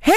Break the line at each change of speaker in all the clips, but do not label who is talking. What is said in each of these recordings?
Hey,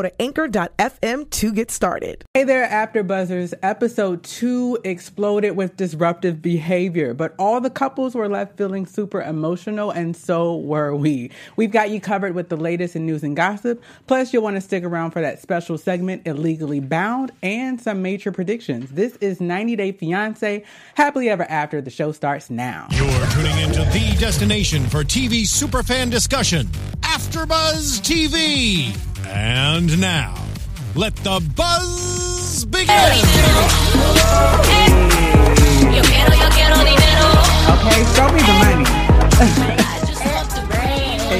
to anchor.fm to get started.
Hey there, After Buzzers. Episode two exploded with disruptive behavior, but all the couples were left feeling super emotional, and so were we. We've got you covered with the latest in news and gossip. Plus, you'll want to stick around for that special segment, Illegally Bound, and some major predictions. This is 90 Day Fiancé. Happily Ever After. The show starts now.
You're tuning into the destination for TV superfan discussion, AfterBuzz TV. And now, let the buzz begin.
Okay, show me the money.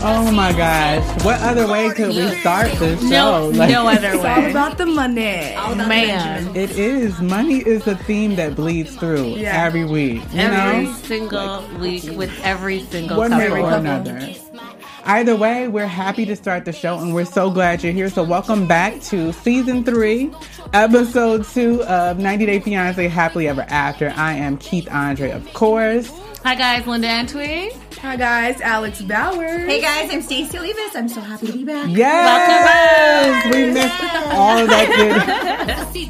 Oh my gosh. What other way could we start this show?
No, no other
Oh, All
way.
about the money.
Man.
It is. Money is a theme that bleeds through
Yeah.
every week. You
Every
know?
single week with every single
One way
couple.
or another. Either way, we're happy to start the show and we're so glad you're here. So, welcome back to season three, episode two of 90 Day Fiance Happily Ever After. I am Keith Andre, of course.
Hi guys, Linda Antwi.
Hi guys, Alex Bauer.
Hey guys, I'm Stacey Levis. I'm so happy to be back.
Yes! We missed all of that good.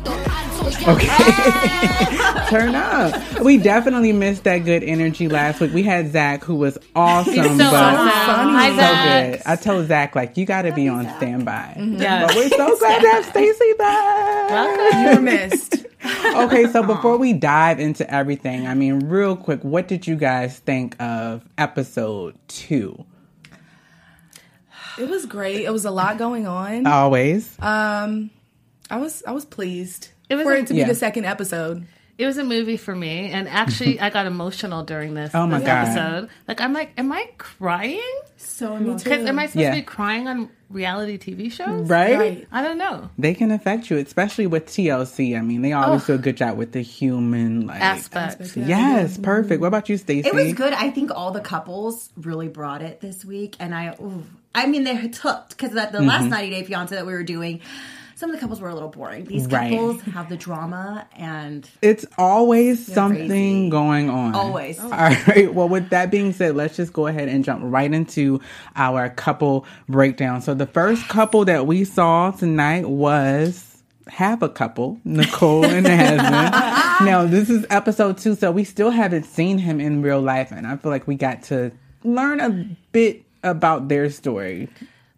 Okay. Turn up. We definitely missed that good energy last week. We had Zach, who was awesome.
He's so awesome.
but Oh,
Hi
so
Zach.
good. I told Zach, Mm-hmm. like, you got to be on standby. But
Yeah.
we're so glad to have Stacey back.
You were missed.
Okay, so before we dive into everything, I mean, real quick, what did you guys think of episode two?
It was great. It was a lot going on.
Always.
I was I was pleased.
It was
for
a-
it to be
Yeah.
the second episode.
It was a movie for me, and actually, I got emotional during this,
Oh my
this
God.
episode. Like, I'm like, am I crying?
So
Because am I supposed
Yeah.
to be crying on reality TV shows?
right.
Right.
I don't know.
they can affect you, especially with TLC. I mean, they always do a good job with the human like
Aspects.
Yes, perfect. What about you, Stacey?
It was good. I think all the couples really brought it this week, and I, ooh, I mean, they're hooked because that the last 90 Day Fiance that we were doing, some of the couples were a little boring. These
Right.
couples have the drama, and
It's always something
crazy.
going on.
Always.
All right. Well, with that being said, let's just go ahead and jump right into our couple breakdown. So the first couple that we saw tonight was have a couple, Nicole and Asmund. now this is episode two, so we still haven't seen him in real life, and I feel like we got to learn a bit about their story.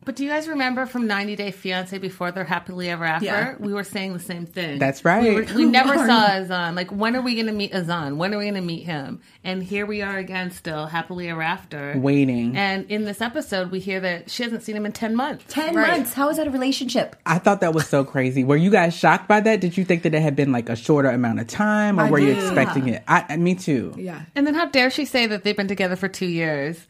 But do you guys remember from 90 Day Fiance before they're happily ever after?
Yeah.
We were saying the same thing.
That's right.
We, were- we never saw Azan. Like, when are we going to meet Azan? When are we going to meet him? And here we are again, still happily ever after.
Waiting.
And in this episode, we hear that she hasn't seen him in 10 months.
ten
Right.
months. How is that a relationship?
I thought that was so crazy. Were you guys shocked by that? Did you think that it had been like a shorter amount of time, or
I
were you
did.
expecting it? I, I- me too.
Yeah.
And then how dare she say that they've been together for two years?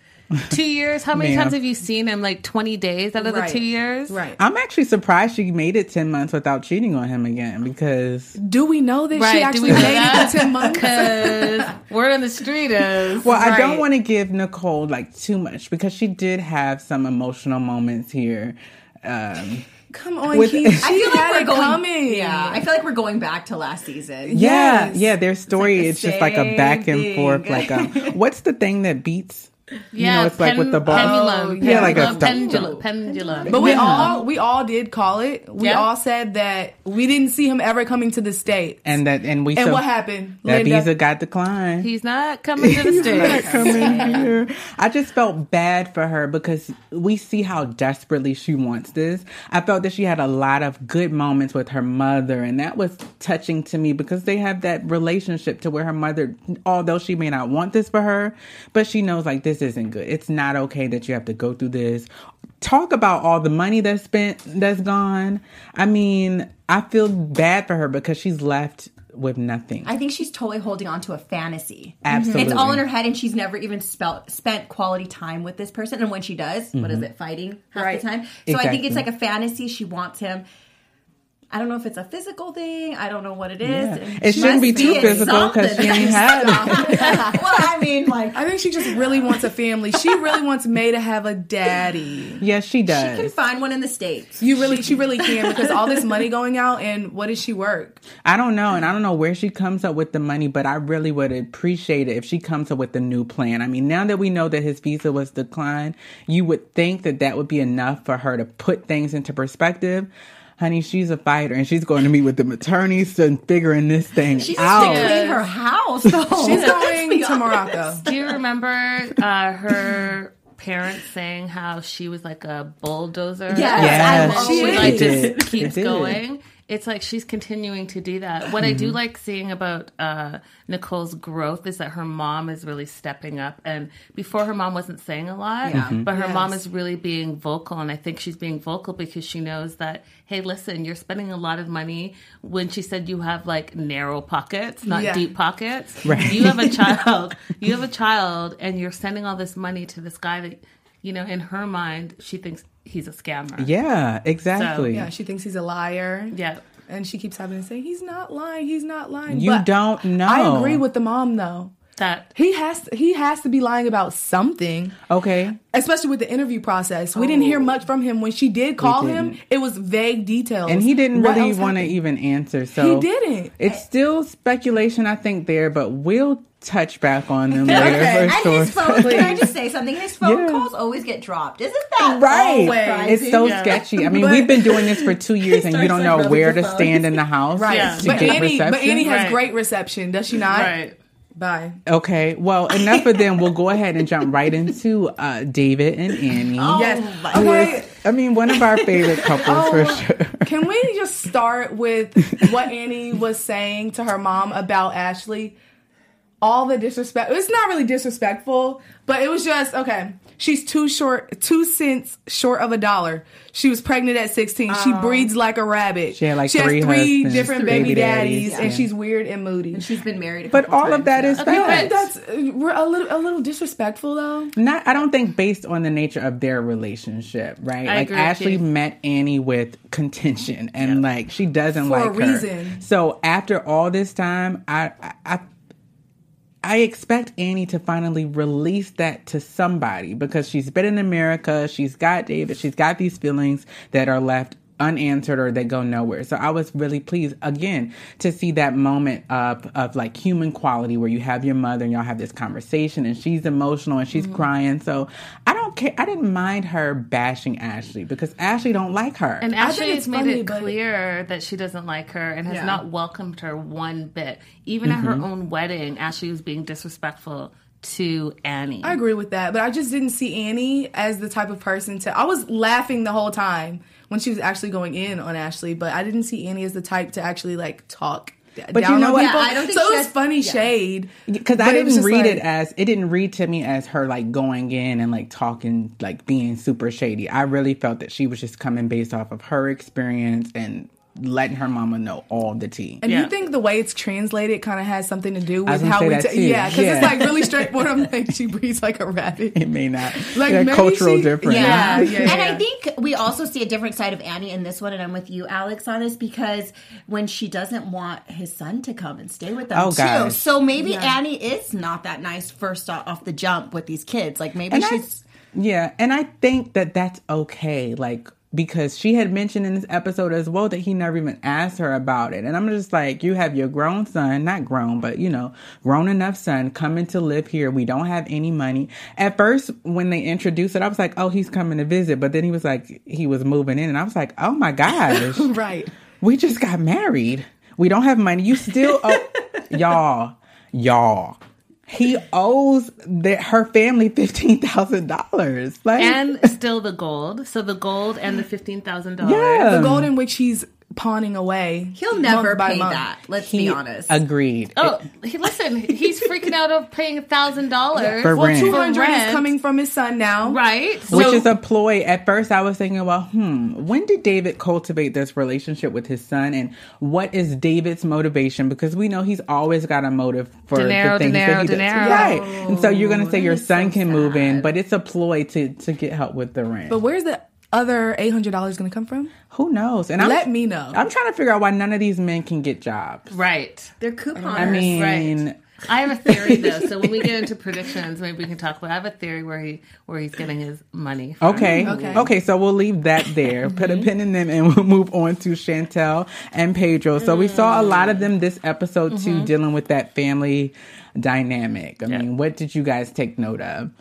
Two years? How many
Ma'am.
times have you seen him? Like 20 days out of
Right.
the two years?
Right.
I'm actually surprised she made it ten months without cheating on him again because
Do we know that
Right.
she
Do
actually
we know
dated
that?
for ten months?
Because word on the street is.
well, I don't
Right.
want to give Nicole like too much because she did have some emotional moments here. Um,
Come on,
With-
Keith. She
I
had it coming.
Yeah, I feel like we're going back to last season.
yeah,
Yes.
yeah, their story
the
it's, just like a
same
back and
thing.
forth. Like, um, what's the thing that beats?
Yeah,
know, it's like with the ball.
Pendulum.
Oh, yeah, like a
Pendulum,
stop-
pendulum. Pendulum.
But we
Yeah.
all we all did call it. We
Yeah.
all said that we didn't see him ever coming to the state.
And that, and we.
And
so-
what happened?
That
Linda?
visa got declined.
He's not coming to the
not
stage.
coming here. I just felt bad for her because we see how desperately she wants this. I felt that she had a lot of good moments with her mother, and that was touching to me because they have that relationship to where her mother, although she may not want this for her, but she knows like this isn't good. It's not okay that you have to go through this. Talk about all the money that's spent, that's gone. I mean, I feel bad for her because she's left with nothing.
I think she's totally holding on to a fantasy.
Mhm. Absolutely.
It's all in her head, and she's never even spelt, spent quality time with this person. And when she does, what is it? Fighting half
Right.
the time. So I think
Mhm. Exactly.
it's like a fantasy. She wants him. I don't know if it's a physical thing. I don't know what it is.
Yeah.
It
It shouldn't be
must
too
it's
physical 'cause she
something.
ain't had
Stop. well, I mean, like
I think she just really wants a family. She really wants May to have a daddy.
yes, she does.
she can find one in the states.
You really, she really can because all this money going out and what does she work?
I don't know, and I don't know where she comes up with the money, but I really would appreciate it if she comes up with a new plan. I mean, now that we know that his visa was declined, you would think that that would be enough for her to put things into perspective. Honey, she's a fighter, and she's going to meet with the attorneys and figuring this thing
She just
out.
to clean her house. Though.
She's
Let's
going
be
to
honest.
Morocco.
Do you remember uh, her parents saying how she was like a bulldozer?
Yes,
Yes,
and she
I
like
did.
It
just keeps
did.
going. It's like she's continuing to do that. What I do like seeing about uh, Nicole's growth is that her mom is really stepping up. And before her mom wasn't saying a lot, but her mom is really being vocal. And I think she's being vocal because she knows that, hey, listen, you're spending a lot of money when she said you have like narrow pockets, not
Yeah.
deep pockets. You have a child. you have a child, and you're sending all this money to this guy that, you know, in her mind, she thinks he's a scammer.
Yeah, exactly.
Yeah, she thinks he's a liar.
Yeah.
And she keeps having to say, he's not lying, he's not lying.
You
But
don't know.
I agree with the mom though.
That
He has he has to be lying about something,
Okay.
especially with the interview process. We didn't hear much from him when she did call him.
Oh. didn't.
It was vague details,
And he didn't
What
really
else
want to
happened?
even answer. So
He didn't.
It's still speculation, I think, there, but we'll touch back on them later
Okay.
for
And
sure.
his phone, can I just say something? His phone
Yeah.
calls always get dropped. Isn't that
Right.
always
It's so
Yeah.
sketchy. I mean,
But-
we've been doing this for two years and you
starts,
don't
like,
know
rubbing
where
the
to
phone.
stand in the house
Right,
Yeah.
to
but
get
Annie,
reception.
but Annie has
Right.
great reception, does she not?
right.
Bye.
okay, well, enough of them. We'll go ahead and jump right into uh, David and Annie.
yes.
my
who
Oh, okay. Oh,
is- I mean, one of our favorite couples for sure.
Can we just start with what Annie was saying to her mom about Ashley? All the disrespect. It's not really disrespectful, but it was just okay. She's too short, two cents short of a dollar. She was pregnant at 16. she breeds like a rabbit.
She had, like, three husbands,
different
three
baby
baby
daddies,
daddies,
and
yeah.
she's weird and moody.
She's been married. A
But
couple
all of
times,
that
so.
is
Okay,
facts.
but-
That's uh, we're a little a little disrespectful though.
not i don't think based on the nature of their relationship right
I
like
agree with
ashley
you.
met annie with contention and like she doesn't
For a
like her.
reason.
so after all this time I, I i i expect annie to finally release that to somebody because she's been in america she's got david she's got these feelings that are left unanswered or they go nowhere so i was really pleased again to see that moment of of like human quality where you have your mother and y'all have this conversation and she's emotional and she's crying so i don't care i didn't mind her bashing ashley because ashley don't like her
And
think
Ashley
it's
has made
funny,
it
but-
clear that she doesn't like her and has
Yeah.
not welcomed her one bit. Even at her
Mm-hmm.
own wedding, Ashley was being disrespectful to Annie.
I agree with that, but I just didn't see Annie as the type of person to. I was laughing the whole time when she was actually going in on Ashley, but I didn't see Annie as the type to actually like talk. d-
But you
down
know
on
what?
people.
Yeah, I don't think
so.
she
it was
has-
funny
yeah.
shade
because I
but it was
didn't
just
read
like-
it as it didn't read to me as her like going in and like talking like being super shady. I really felt that she was just coming based off of her experience and letting her mama know all the tea.
And
Yeah.
you think the way it's translated kind of has something to do
I
with
was gonna
how
say
we,
that
ta-
too.
yeah, because
Yeah.
it's like really straightforward. I'm like, she breathes like a rabbit.
it may not
Like,
like a
maybe
cultural
she-
difference.
Yeah, yeah,
and
yeah.
I think we also see a different side of Annie in this one, and I'm with you, Alex, on this because when she doesn't want his son to come and stay with them
Oh,
too,
gosh.
so maybe Annie is not that nice first off, off the jump with these kids. Like maybe
And I-
she's
yeah, and I think that that's okay. Like because she had mentioned in this episode as well that he never even asked her about it, and I'm just like, you have your grown son, not grown, but you know, grown enough son coming to live here. We don't have any money. At first, when they introduced it, I was like, oh, he's coming to visit, but then he was like, he was moving in, and I was like, oh my gosh,
Right.
we just got married. We don't have money. You still owe y'all, y'all. He owes the, her family fifteen thousand dollars. Like
and still the gold. So the gold and the $15,000.
yeah.
The golden which he's pawning away.
He'll
month
never
by
pay
month.
that. Let's
He
be honest.
Agreed.
Oh, he, listen, he's freaking out of paying a thousand dollars
For
Well,
rent.
two hundred is
rent.
coming from his son now.
right?
Which
So-
is a ploy. At first, I was thinking, well, hmm, when did David cultivate this relationship with his son, and what is David's motivation? Because we know he's always got a motive for
Dinero,
the things
dinero,
that he does.
dinero. Oh,
Right. And so you're going to say your son can move in,
sad.
but it's a ploy to to get help with the rent.
But where's the other eight hundred dollars going to come from?
Who knows? And
Let me know.
I'm trying to figure out why none of these men can get jobs.
right.
They're couponers.
I mean,
Right. I have a theory though. So when we get into predictions, maybe we can talk about. I have a theory where he where he's getting his money. from.
Okay. okay.
Okay. Mm-hmm.
so we'll leave that there. Put a pin in them and we'll move on to Chantel and Pedro. So we saw a lot of them this episode
Mm-hmm.
too, dealing with that family dynamic. I mean, what did you guys take note of?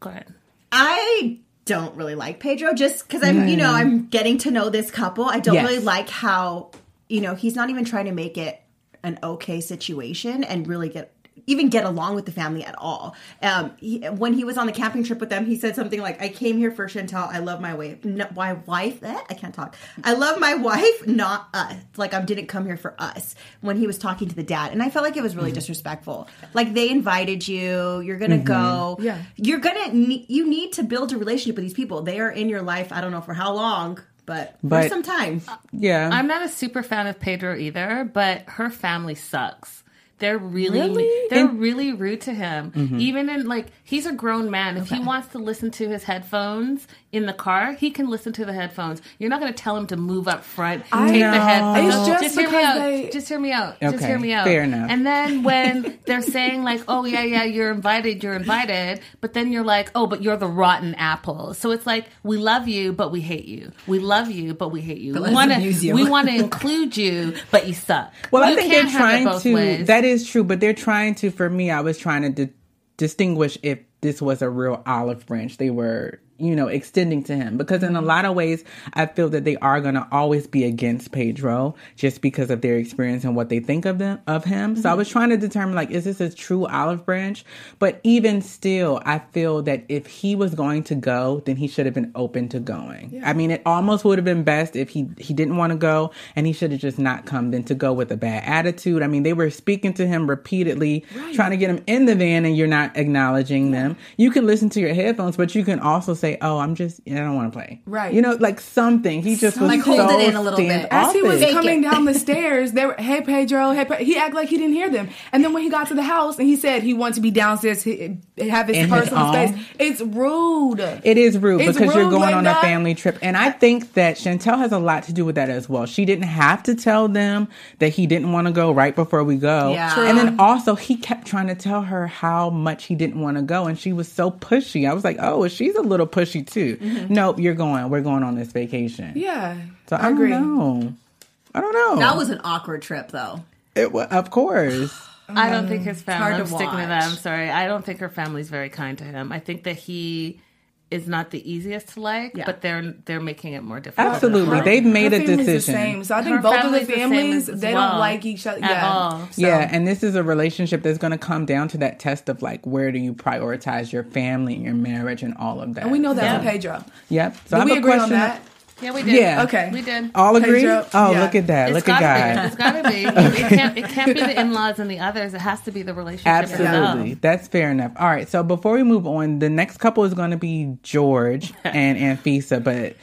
Go ahead.
I don't really like Pedro just because I'm, you know, I'm getting to know this couple. I don't
Yes.
really like how, you know, he's not even trying to make it an okay situation and really get even get along with the family at all. Um, he, when he was on the camping trip with them, he said something like, "I came here for Chantel. I love my wife. No, my wife. eh, I can't talk. I love my wife, not us. Like I didn't come here for us." When he was talking to the dad, and I felt like it was really disrespectful. Like they invited you. You're gonna go
Yeah.
you're gonna ne- you need to build a relationship with these people they are in your life i don't know for how long but,
But-
for some time
Yeah.
I'm not a super fan of Pedro either, but her family sucks. They're really, they're really rude to him.
Mm-hmm.
Even in like he's a grown man. If he wants to listen to his headphones in the car, he can listen to the headphones. You're not going to tell him to move up front, take the
know.
headphones.
It's just
hear me
because
out.
they-
Just hear me out. Just
Okay,
hear me out.
fair enough.
And then when they're saying like, "Oh yeah, yeah, you're invited, you're invited," but then you're like, "Oh, but you're the rotten apple." So it's like, "We love you, but we hate you. We love you, but we hate you. we
let's
want
abuse
to
you."
we want to include you, but you suck."
Well, I
You
think they're
can't have it
trying
both
to.
ways.
That is true, but they're trying to. For me, I was trying to di- distinguish if this was a real olive branch they were, you know, extending to him. Because in a
Mm-hmm.
lot of ways, I feel that they are going to always be against Pedro just because of their experience and what they think of them of him. So
Mm-hmm.
I was trying to determine like, is this a true olive branch? But even still, I feel that if he was going to go, then he should have been open to going. I mean, it almost would have been best if he he didn't want to go and he should have just not come than to go with a bad attitude. I mean, they were speaking to him repeatedly, trying to get him in the van and you're not acknowledging them. You can listen to your headphones, but you can also say, "Oh, I'm just I don't want to play."
Right.
You know, like something. He just was
Like, hold
so
it in a little bit.
As he was
standoffish.
Fake
coming
it.
down the stairs, they were, hey Pedro, hey Pe-" he acted like he didn't hear them. And then when he got to the house and he said he wanted to be downstairs, he, have his
In his
personal
own?
space. It's rude.
It is rude
It's
because you're
rude,
going on a
Linda.
family trip. And I think that Chantel has a lot to do with that as well. She didn't have to tell them that he didn't want to go right before we go.
Yeah. True.
And then also, he kept trying to tell her how much he didn't want to go. And she was so pushy. I was like, oh, she's a little pushy too. Nope, you're going. We're going on this vacation.
Mm-hmm. yeah,
So I,
agree.
don't know. I don't know.
that was an awkward trip though
it, wa- of course.
I don't think
mm,
his family.
hard
I'm
to
sticking to
watch.
that. I'm sorry. I don't think her family's very kind to him. I think that he is not the easiest to like,
Yeah.
but they're they're making it more difficult.
Absolutely.
Her-
They've made
Her
a
family's
decision.
The same. So I think
her
both of the
family's same
families
as
they
well
don't like each other.
at
yeah.
all. So-
Yeah, and this is a relationship that's going to come down to that test of like, where do you prioritize your family and your marriage and all of that?
And we know that
Yeah.
for Pedro.
Yep. So I
Did
have
we
a
agree on
question.
that?
Yeah, we did.
Yeah.
Okay.
we did.
All agree?
Pedro?
Oh,
Yeah.
look at that!
It's
look at
gotta be. It's
God.
gotta be. It can't, it can't be the in-laws and the others. It has to be the relationship
Absolutely,
itself.
that's fair enough. All right, so before we move on, the next couple is going to be George and Anfisa, but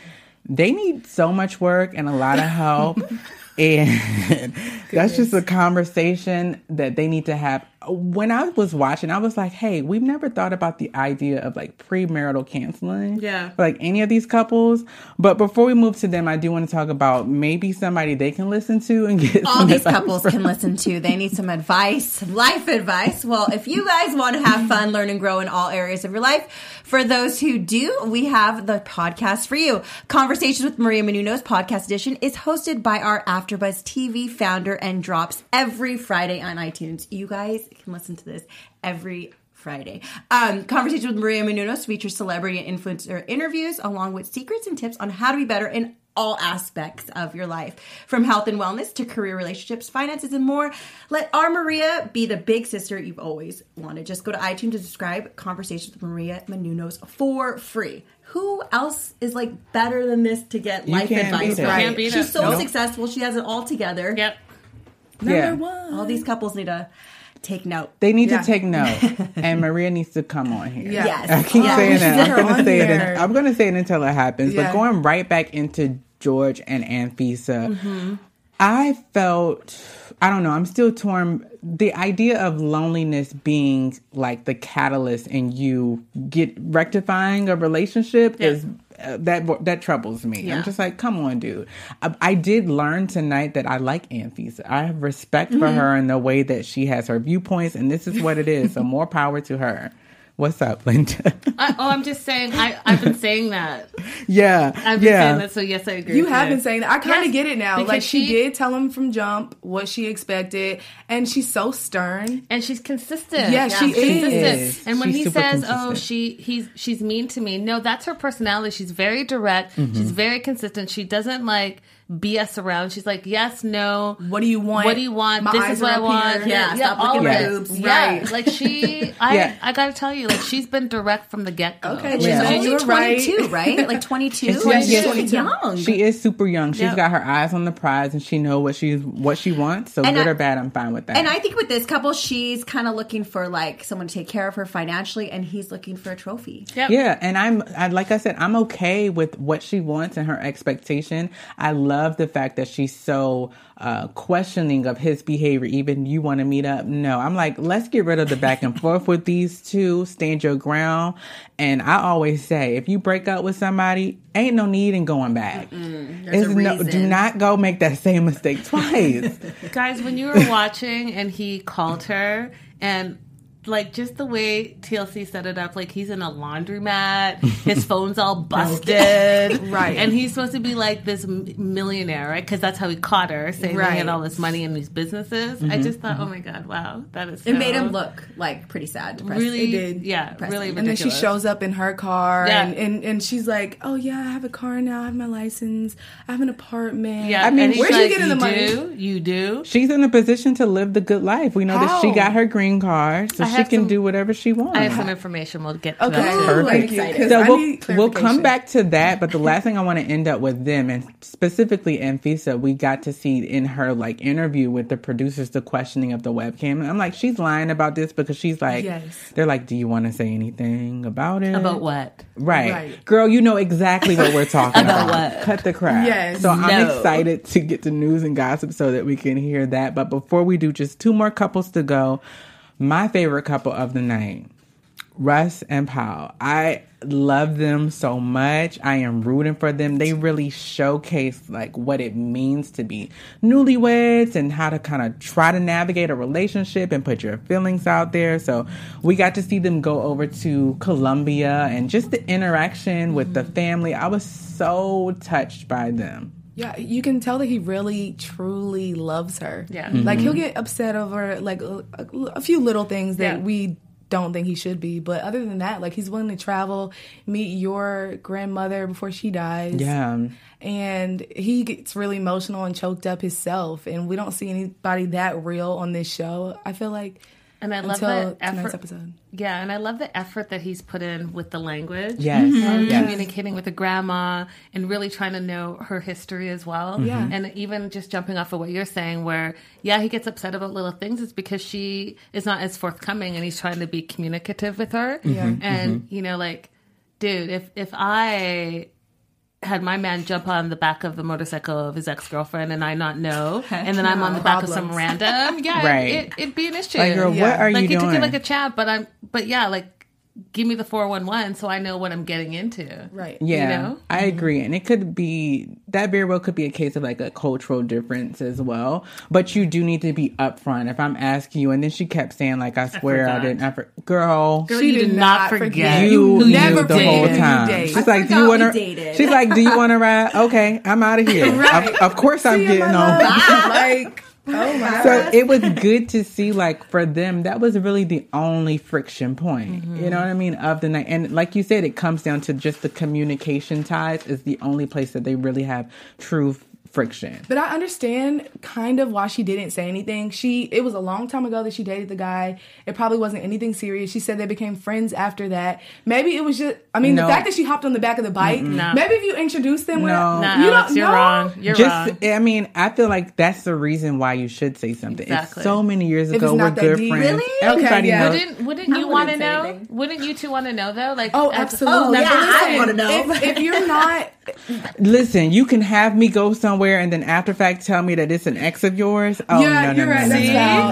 they need so much work and a lot of help, and that's just a conversation that they need to have. When I was watching, I was like, "Hey, we've never thought about the idea of like premarital counseling,
Yeah.
for, like any of these couples." But before we move to them, I do want to talk about maybe somebody they can listen to and get
all
some
these
advice
couples can listen to they need some advice life advice well if you guys want to have fun learn and grow in all areas of your life for those who do we have the podcast for you conversations with maria menounos podcast edition is hosted by our afterbuzz tv founder and drops every friday on itunes you guys can listen to this every Friday. Um, Conversation with Maria Menounos features celebrity and influencer interviews along with secrets and tips on how to be better in all aspects of your life, from health and wellness to career relationships, finances, and more. Let our Maria be the big sister you've always wanted. Just go to iTunes to subscribe Conversations with Maria Menounos for free. Who else is like better than this to get life
can't
advice
beat it.
from?
Can't beat
She's
it.
so
Nope.
successful. She has it all together.
Yep.
yeah.
All these couples need to take note.
They need
Yeah.
to take note, and Maria needs to come on here.
Yeah.
Yes.
I keep
Yeah.
saying that.
her
I'm gonna
on
say it.
here.
and- I'm gonna say it until it happens.
Yeah.
But going right back into George and Anfisa,
Mm-hmm.
I felt I don't know. I'm still torn. The idea of loneliness being like the catalyst and you get rectifying a relationship
Yeah.
is uh, that bo- that troubles me.
Yeah.
I'm just like, come on, dude. I, I did learn tonight that I like Anfisa. I have respect
Mm-hmm.
for her in the way that she has her viewpoints, and this is what it is. so more power to her. What's up, Linda?
I, oh, I'm just saying. I, I've been saying that.
yeah,
I've been
yeah.
saying that. So yes, I agree.
You
with
have
you.
been saying that. I kind of
Yes,
get it now.
because
Like she,
she-
did tell him from jump what she expected, and she's so stern.
and she's consistent.
Yeah, she
she's consistent.
is.
And when
She's
he
super
says, "Oh,
consistent.
she he's she's mean to me," no, that's her personality. She's very direct.
Mm-hmm.
She's very consistent. She doesn't like BS around. She's like, "Yes, no."
What do you want?
What do you want?
My
this
eyes
is what
are
I
up
want.
here.
yeah,
Yeah, stop
all of
looking at
it.
boobs.
Yeah,
Right.
like she, I,
Yeah.
I gotta tell you, like she's been direct from the get go.
Okay,
She's
Yeah.
only
You're right.
22, right? Like 22.
She's
Like, she's
young.
young.
She is super young. She's
Yep.
got her eyes on the prize, and she know what she's what she wants. So
And
good
I-
or bad, I'm fine with that.
And I think with this couple, she's kind of looking for like someone to take care of her financially, and he's looking for a trophy.
yeah, and I'm I, like I said, I'm okay with what she wants and her expectation. I love the fact that she's so uh, questioning of his behavior. Even you want to meet up? No, I'm like, let's get rid of the back and forth with these two. Stand your ground. And I always say, if you break up with somebody, ain't no need in going back. It's
a
no, do
reason.
not go make that same mistake twice.
Guys, when you were watching and he called her and like just the way TLC set it up, like he's in a laundromat, his phone's all busted,
Right.
And he's supposed to be like this m- millionaire, right? Because that's how he caught her, saying that he
Right.
had all this money in these businesses. I just thought, oh my god, wow, that is. so
It made him look like pretty sad, depressed.
really,
did.
yeah, really. Ridiculous.
And
And then she shows up in her car,
Yeah.
and, and and she's like, "Oh yeah, I have a car now. I have my license. I have an apartment.
Yeah,
I mean,
and he's
where'd you
like,
get in the money?
Do, you do.
She's in a position to live the good life. We know that she
How?
got her green card, so
I
she
have
can
some-
do whatever she wants.
I have some information. We'll get to
Okay,
that. Too.
Ooh,
Perfect.
thank you. 'cause
so
I
we'll,
need
we'll come
clarification.
back to that but the last thing i want to end up with them and specifically anfisa we got to see in her like interview with the producers the questioning of the webcam and i'm like she's lying about this because she's like
Yes.
they're like do you want to say anything about it
About what?
right.
Right.
girl you know exactly what we're talking
About
about,
what?
cut the crap
Yes.
so i'm
No.
excited to get to news and gossip so that we can hear that but before we do just two more couples to go my favorite couple of the night Russ and Powell. I love them so much. I am rooting for them. They really showcase like what it means to be newlyweds and how to kind of try to navigate a relationship and put your feelings out there. So we got to see them go over to Colombia and just the interaction with the family. I was so touched by them.
Yeah, you can tell that he really, truly loves her.
Yeah. Mm-hmm.
like he'll get upset over like a, a- a few little things that
Yeah.
we don't think he should be, but other than that, like he's willing to travel, meet your grandmother before she dies.
Yeah. um,
and he gets really emotional and choked up himself. And we don't see anybody that real on this show. I feel like
And I love
until
that effort.
tonight's episode.
Yeah, and I love the effort that he's put in with the language.
Yes.
And
Yes.
communicating with the grandma and really trying to know her history as well. Yeah. And even just jumping off of what you're saying, where, yeah, he gets upset about little things, it's because she is not as forthcoming and he's trying to be communicative with her.
Mm-hmm.
Yeah. And, you know, like, dude, if, if I had my man jump on the back of the motorcycle of his ex girlfriend and I not know, and then I'm on the back of some random, yeah,
Right.
it, it, would be an issue.
Like, girl,
Yeah.
what are
like
you
took
doing?
it like a chat, but I'm, but yeah, like give me the four one one so I know what I'm getting into.
Right.
Yeah,
know?
I agree, and it could be that very well could be a case of like a cultural difference as well. But you do need to be upfront. If I'm asking you, and then she kept saying like, "I swear I,
forgot.
didn't," I for, girl,
Girl, you did not forget.
you,
You
knew
never
the whole
dated. You
time.
dated.
She's
I
like, "Do
forgot
you want
we
to?"
dated.
She's like, "Do you want to ride?" Okay, I'm out of here.
Right.
of, of course, I'm
See you, my
getting
love.
on.
like
Oh my
so it was good to see like for them that was really the only friction point
Mm-hmm.
you know what i mean of the night and like you said it comes down to just the communication ties is the only place that they really have true f- friction
But I understand kind of why she didn't say anything. She it was a long time ago that she dated the guy. It probably wasn't anything serious. She said they became friends after that. Maybe it was just I mean
No.
the fact that she hopped on the back of the bike.
No.
Maybe if you introduced them with
No.
Nah,
you
Alex,
don't
you're
know.
wrong. You're
just
wrong.
i mean i feel like that's the reason why you should say something
Exactly.
it's so many years
If
ago
it's
we're
not that
good
deep.
friends
Really?
everybody
Okay, yeah.
knows
Wouldn't Wouldn't you
wouldn't
want to
say
know?
anything.
Wouldn't you two want to know though? Like,
Oh,
as-
absolutely.
yeah, I
listen,
wanna know.
If, if you're not
listen you can have me go somewhere and then after fact tell me that it's an ex of yours oh
Yeah,
no no
you're
no,
right.
no,
That's
no,
foul.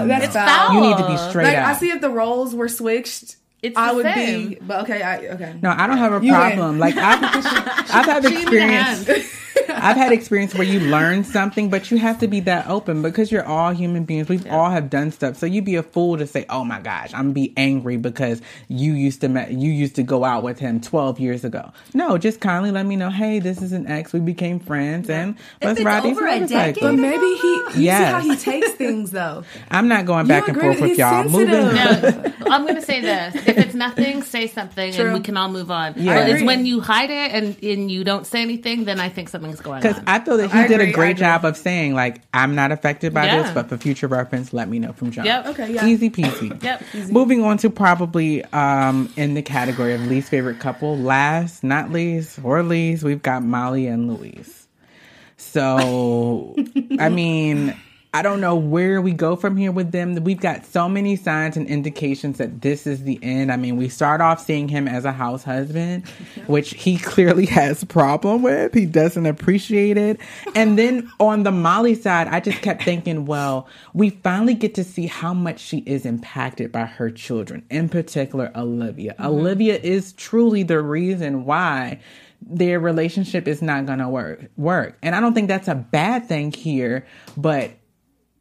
no, no,
That's
no.
It's
foul.
you need to be
foul.
straight
like
out
I see if the roles were switched,
It's
I
the
would be
same.
but okay, I okay.
No, I don't have a
You win.
problem. Like I've, I've had experience. I've had experience where you learn something, but you have to be that open because you're all human beings. We've all have done stuff, so you'd be a fool to say, "Oh my gosh, I'm gonna be angry because you used to ma- you used to go out with him 12 years ago." No, just kindly let me know. Hey, this is an ex. We became friends, and let's
it's
ride these
over a
motorcycles.
But
decade-
maybe he you
Yes.
see how he takes things though.
I'm not going back and
agree
forth with
with- he's
y'all.
sensitive.
Moving.
No, I'm gonna say this. If it's nothing, say something,
True.
and we can all move on.
Yeah.
But it's
agree.
when you hide it and, and you don't say anything, then I think something's going
Because
on.
I feel that he
I
did a
agree, I
great
agree.
job of saying, like, I'm not affected by this,
Yeah.
but for future reference, let me know from John.
Yep.
Okay, yeah.
Easy peasy.
Yep.
Moving on to probably um, in the category of least favorite couple. Last, not least, or least, we've got Molly and Louise. So, I mean, I don't know where we go from here with them. We've got so many signs and indications that this is the end. I mean, we start off seeing him as a house husband, which he clearly has a problem with. He doesn't appreciate it. And then on the Molly side, I just kept thinking, well, we finally get to see how much she is impacted by her children, in particular Olivia. Olivia is truly the reason why their relationship is not going to work work and i don't think that's a bad thing here but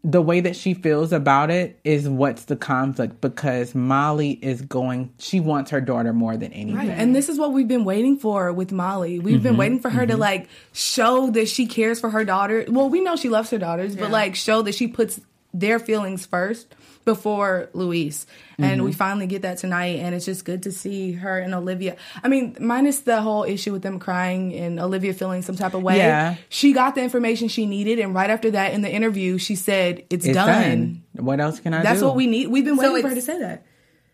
the way that she feels about it is what's the conflict because molly is going she wants her daughter more than anything
Right. And this is what we've been waiting for with Molly. We've
Mm-hmm.
been waiting for her to like show that she cares for her daughter. Well, we know she loves her daughters, but like show that she puts their feelings first before Luis. And
Mm-hmm.
we finally get that tonight and it's just good to see her and Olivia. I mean, minus the whole issue with them crying and Olivia feeling some type of way.
Yeah.
She got the information she needed and right after that in the interview she said it's,
it's
done.
done. what else can i
That's
do
what we need. We've been waiting for her to
it's-
say that.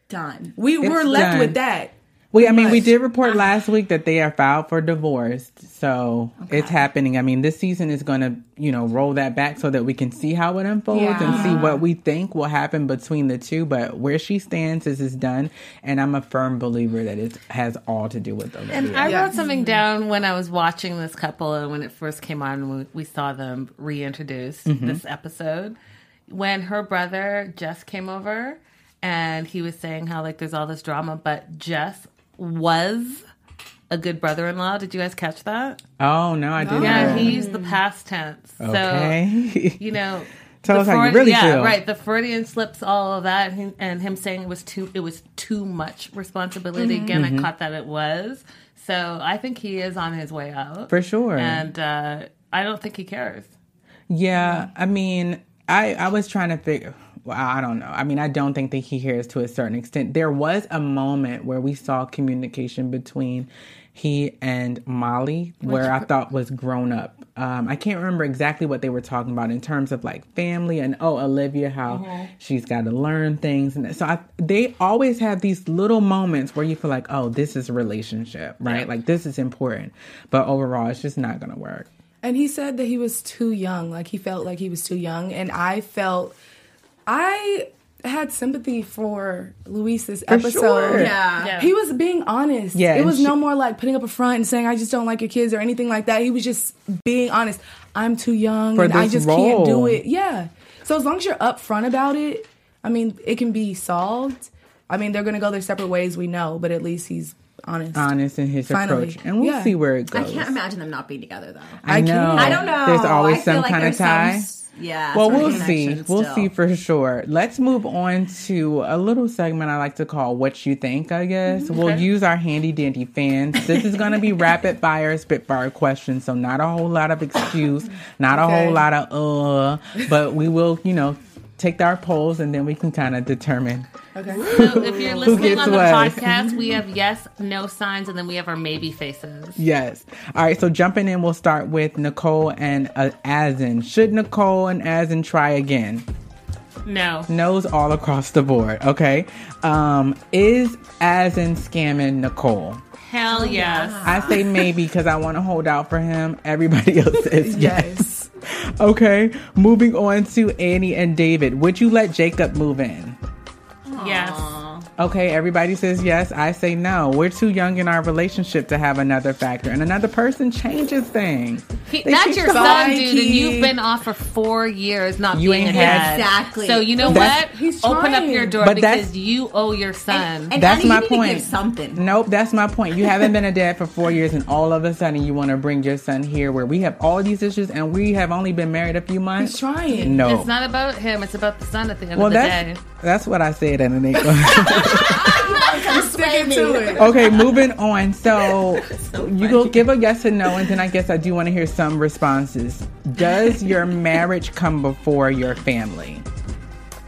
Done.
We were left
done.
with that.
we i mean we
Much.
did report last week that they are filed for divorce so it's happening i mean this season is going to you know roll that back so that we can see how it unfolds and see what we think will happen between the two but where she stands is is done and i'm a firm believer that it has all to do with olivia
And I
Yeah.
wrote something down when I was watching this couple and when it first came on when we saw them reintroduced
Mm-hmm.
this episode. When her brother Jess came over and he was saying how like there's all this drama, but Jess was a good brother in law. Did you guys catch that?
oh no i didn't know.
Yeah, he used the past tense.
Okay.
So you know
Tell
the
us how you really
yeah,
feel.
Right. The Freudian slips, all of that, and, and him saying it was too it was too much responsibility. Again,
Mm-hmm.
I caught that it was. So I think he is on his way out
For sure.
and uh, I don't think he cares.
Yeah, I mean, I I was trying to figure. Well, I don't know. I mean, I don't think that he hears to a certain extent. There was a moment where we saw communication between he and Molly, where I thought was grown up. Um, I can't remember exactly what they were talking about in terms of like family and oh Olivia, how she's got to learn things, and so I, they always have these little moments where you feel like oh this is a relationship, right? Like this is important, but overall it's just not gonna work.
And he said that he was too young. Like he felt like he was too young. And I felt I had sympathy for Luis this episode.
sure.
Yeah.
Yeah.
He was being honest.
Yeah,
It
and
was
she-
no more like putting up a front and saying I just don't like your kids or anything like that. He was just being honest. I'm too young
For
and I
this
just
role.
can't do it. Yeah. So as long as you're upfront about it, I mean, it can be solved. I mean, they're gonna go their separate ways, we know, but at least he's honest.
honest in his
Finally.
approach, and we'll
Yeah.
see where it
I
goes.
can't imagine them not being together though.
I
I can't-
know.
I don't know.
There's always
I feel
some
like
kind of
there's some
tie.
s- yeah,
Well,
some
we'll see.
connection
We'll
still.
see for sure. Let's move on to a little segment I like to call "What You Think." I guess
Mm-hmm.
we'll use our handy dandy fans. This is going to be rapid fire spitfire questions, so not a whole lot of excuse, not a
Okay.
whole lot of uh, but we will, you know, take our polls and then we can kind of determine.
Okay.
So if you're listening
gets
on the
what?
podcast, we have yes, no signs, and then we have our maybe faces.
Yes. All right. So jumping in, we'll start with Nicole and uh, Asin. Should Nicole and Asin try again?
No.
No's all across the board. Okay. Um, is as in scamming Nicole?
Hell yes.
I say maybe because I want to hold out for him. Everybody else says yes.
Yes.
Okay. Moving on to Annie and David. Would you let Jacob move in?
Yes.
Okay, everybody says yes. I say no. We're too young in our relationship to have another factor, and another person changes things.
He-
They
that's
keep
your
going.
son, dude, and you've
Psyche.
been off for four years not
You
being
ain't
a
had-
dad.
Exactly.
So you know
That's-
what?
He's
Open up
trying.
your door
But that's-
because you owe your son.
And
That's
Annie,
my
you need to give
point.
something.
Nope, that's my point. You haven't been a dad for four years, and all of a sudden you want to bring your son here where we have all these issues and we have only been married a few months.
He's trying.
No.
it's not about him. It's about the son at the end
Oh. well,
of the
that's
day.
that's what I said, and it ain't gonna-
I'm sticking to it.
okay, moving on. So, you go give a yes and no, and then I guess I do want to hear some responses. Does your marriage come before your family?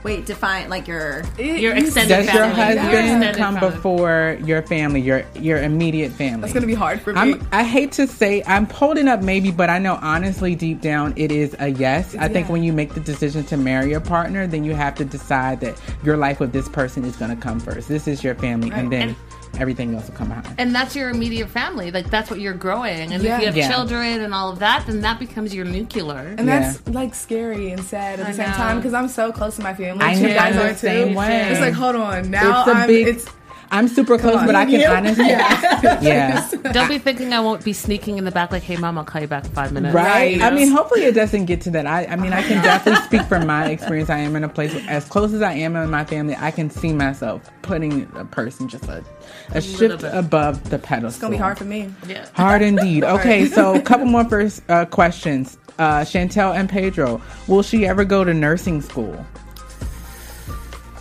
Wait, define like your
It-
Your
you-
extended
Does your
family. Your
husband
extended
come
family.
before your family, your your immediate family?
It's gonna be hard for me.
I'm, I hate to say I'm holding up maybe, but I know honestly deep down it is a yes. I think
yeah.
when you make the decision to marry your partner, then you have to decide that your life with this person is going to come first. This is your family, and then everything else will come behind.
And that's your immediate family. Like that's what you're growing. And
Yeah.
if you have
Yeah.
children and all of that, then that becomes your nuclear.
and
Yeah.
that's like scary and sad at the
I
same
know.
time because I'm so close to my family.
I
you
know,
guys
I'm
are
the same
too.
way.
It's like, hold on. Now
It's a
I'm.
big.
It's
I'm super close,
on.
but I can
You-
honestly, yeah.
Don't be thinking I won't be sneaking in the back like, hey, mom, I'll call you back in five minutes.
Right.
Right.
I mean, hopefully it doesn't get to that. I, I mean, I can definitely speak from my experience. I am in a place as close as I am in my family. I can see myself putting a person just a, a shift
bit.
above the pedestal. It's
gonna be hard for me.
Yeah.
Hard indeed. Okay, so a couple more first uh, questions. Uh, Chantel and Pedro, will she ever go to nursing school?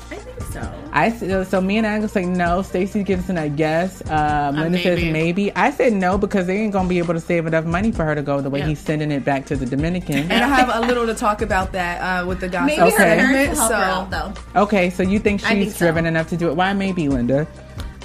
I think so.
I s- uh, so me and Angus say no. Stacy Gibson, I guess. Uh, Linda says
maybe.
maybe. I said no because they ain't gonna be able to save enough money for her to go the way
Yeah.
he's sending it back to the Dominican.
And I have a little to talk about that uh, with the gospel.
Maybe
Okay.
her parents will
movement,
help her out
So
though.
Okay, so you think she's
I think so.
driven enough to do it? Why maybe, Linda?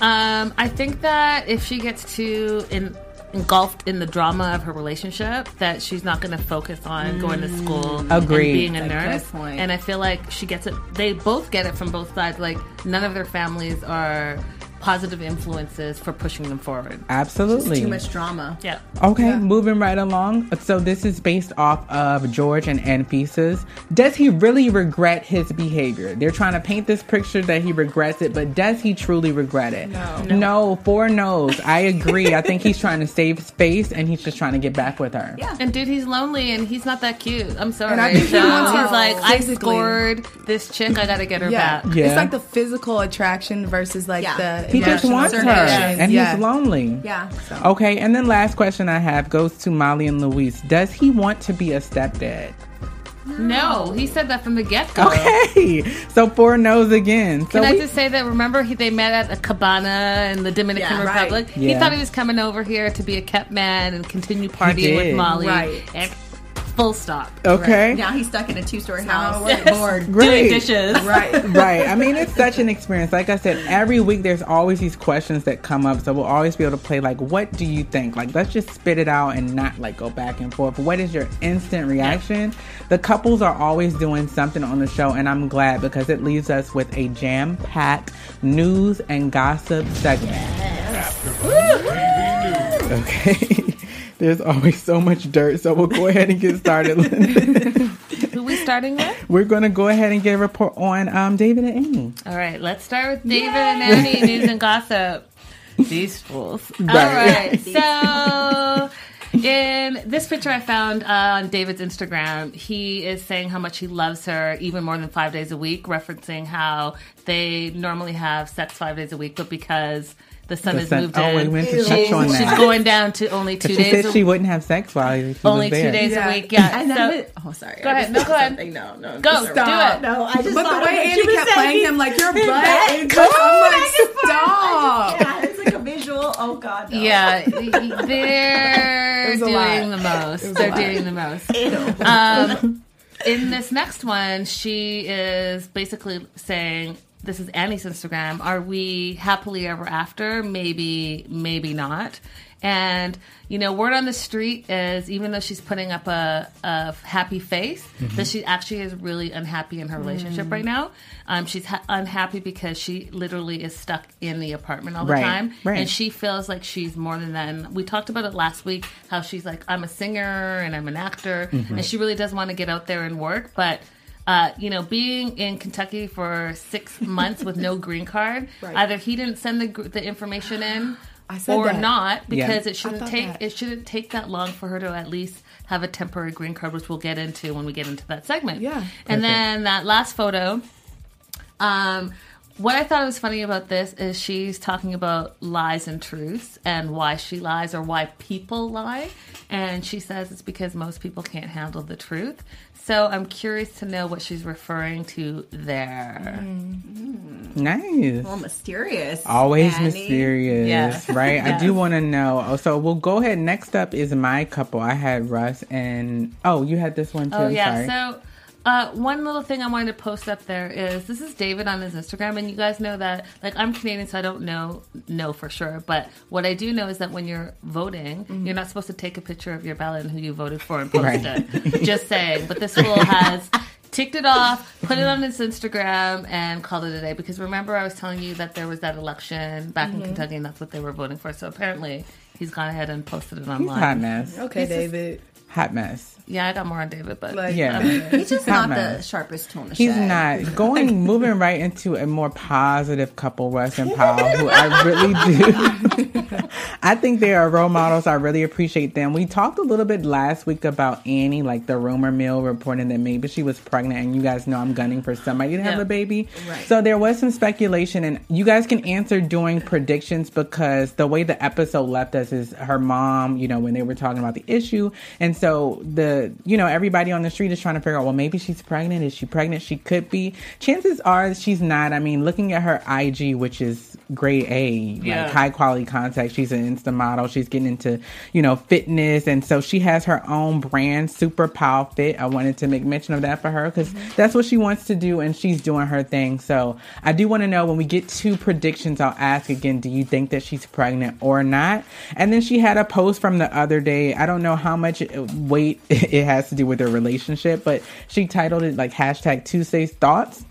Um, I think that if she gets too in, engulfed in the drama of her relationship, that she's not going to focus on going to school
Agreed.
and being a
That's a good
nurse.
point.
And I feel like she gets it. They both get it from both sides. Like none of their families are positive influences for pushing them forward.
Absolutely.
Too much drama.
Yeah.
Okay, moving right along. So this is based off of George and Anfisa's. Does he really regret his behavior? They're trying to paint this picture that he regrets it, but does he truly regret it? No. No, four no's. I agree. I think he's trying to save space and he's just trying to get back with her.
Yeah.
And dude, he's lonely and he's not that cute. I'm sorry.
And I think he
So
wants her
he's like, I
physically.
scored this chick. I got to get her
yeah.
back.
Yeah.
it's like the physical attraction versus like
Yeah.
the
He just
emotional
wants her
connections.
and
yeah.
he's lonely.
Yeah.
Okay, and then last question I have goes to Molly and Luis. Does he want to be a stepdad?
No, he said that from the get go.
Okay, so four no's again. So
Uh-huh. Can I
we-
just say that? Remember, he, they met at a cabana in the Dominican
Yeah, right.
Republic. He
Yeah.
thought he was coming over here to be a kept man and continue partying
did.
with Molly.
Right.
And full stop.
okay.
Now he's stuck in a two-story
how
house.
it works.
Bored.
Great.
Doing dishes.
right.
right. I mean, it's such an experience. Like I said, every week there's always these questions that come up. So we'll always be able to play, like, what do you think? Like, let's just spit it out and not, like, go back and forth. What is your instant reaction? The couples are always doing something on the show, and I'm glad because it leaves us with a jam packed news and gossip segment. Okay. There's always so much dirt, so we'll go ahead and get started. Linda.
Who we starting with?
We're going to go ahead and get a report on um, David and Amy.
All right, let's start with David and Annie. News and gossip. These fools.
Right.
All right. So, in this picture I found uh, on David's Instagram, he is saying how much he loves her even more than five days a week, referencing how they normally have sex five days a week, but because the son has
son-
moved
oh, we
in.
went to
she's,
touch on that.
she's going down to only two
She
days.
said she
a,
wouldn't have sex while he was
only
there.
two days
Yeah.
a week. Yeah.
And
so,
then, oh, sorry.
Go
I
ahead.
just
No,
thought
go ahead.
something. No, no.
Go,
stop.
do it.
No, I just
But
thought
the way
when she
Andy
was
kept
saying
playing him like your butt,
that,
is just, I'm like
I
stop.
just- yeah, it's like a visual. Oh God. No.
Yeah, they're
It was a
doing
lot.
the most. They're doing the most. Um, in this next one, she is basically saying, "This is Annie's Instagram. Are we happily ever after? Maybe, maybe not." And you know, word on the street is even though she's putting up a, a happy face, that she actually is really unhappy in her relationship
Mm.
right now. Um, she's ha- unhappy because she literally is stuck in the apartment all the
Right,
time,
right.
and she feels like she's more than that. And we talked about it last week how she's like, I'm a singer and I'm an actor,
Mm-hmm.
and she really does want to get out there and work. But, uh, you know, being in Kentucky for six months with no green card, either he didn't send the, gr- the information in.
I said
or
that.
not because it
I
shouldn't
thought
take
that.
it shouldn't take that long for her to at least have a temporary green card which we'll get into when we get into that segment
Yeah.
and then that last photo um, what I thought was funny about this is she's talking about lies and truths and why she lies or why people lie. And she says it's because most people can't handle the truth. So I'm curious to know what she's referring to there.
Nice.
Well, mysterious.
Always
Annie.
mysterious,
Yes.
right? I do want to know. Oh, so we'll go ahead. Next up is my couple. I had Russ and oh, you had this one too.
Oh
I'm
yeah.
sorry.
So uh, one little thing I wanted to post up there is this is David on his Instagram, and you guys know that like I'm Canadian, so I don't know know for sure. But what I do know is that when you're voting, you're not supposed to take a picture of your ballot and who you voted for and post
Mm-hmm. Right.
it. Just saying. But this fool has. Ticked it off, put it on his Instagram, and called it a day. Because remember, I was telling you that there was that election back
Mm-hmm.
in Kentucky, and that's what they were voting for. So apparently, he's gone ahead and posted it
He's hot
online.
mess.
Okay, David.
Hot mess.
Yeah, I got more on David, but
Like,
Yeah.
He's just
Hot
not the
mess.
sharpest tone of
He's
shade.
not going moving right into a more positive couple, Russ and Paul, who I really do. I think they are role models. I really appreciate them. We talked a little bit last week about Annie, like the rumor mill reporting that maybe she was pregnant, and you guys know I'm gunning for somebody to have
Yeah.
a baby. So there was some speculation, and you guys can answer doing predictions because the way the episode left us is her mom, you know, when they were talking about the issue. And so the, you know, everybody on the street is trying to figure out, well, maybe she's pregnant. Is she pregnant? She could be. Chances are she's not. I mean, looking at her IG, which is grade A,
Yeah.
like high quality contact. She's an Insta model. She's getting into, you know, fitness. And so she has her own brand, Super Pow Fit. I wanted to make mention of that for her because that's what she wants to do and she's doing her thing. So I do want to know when we get to predictions, I'll ask again, do you think that she's pregnant or not? And then she had a post from the other day. I don't know how much weight it has to do with their relationship, but she titled it like hashtag Tuesday's Thoughts.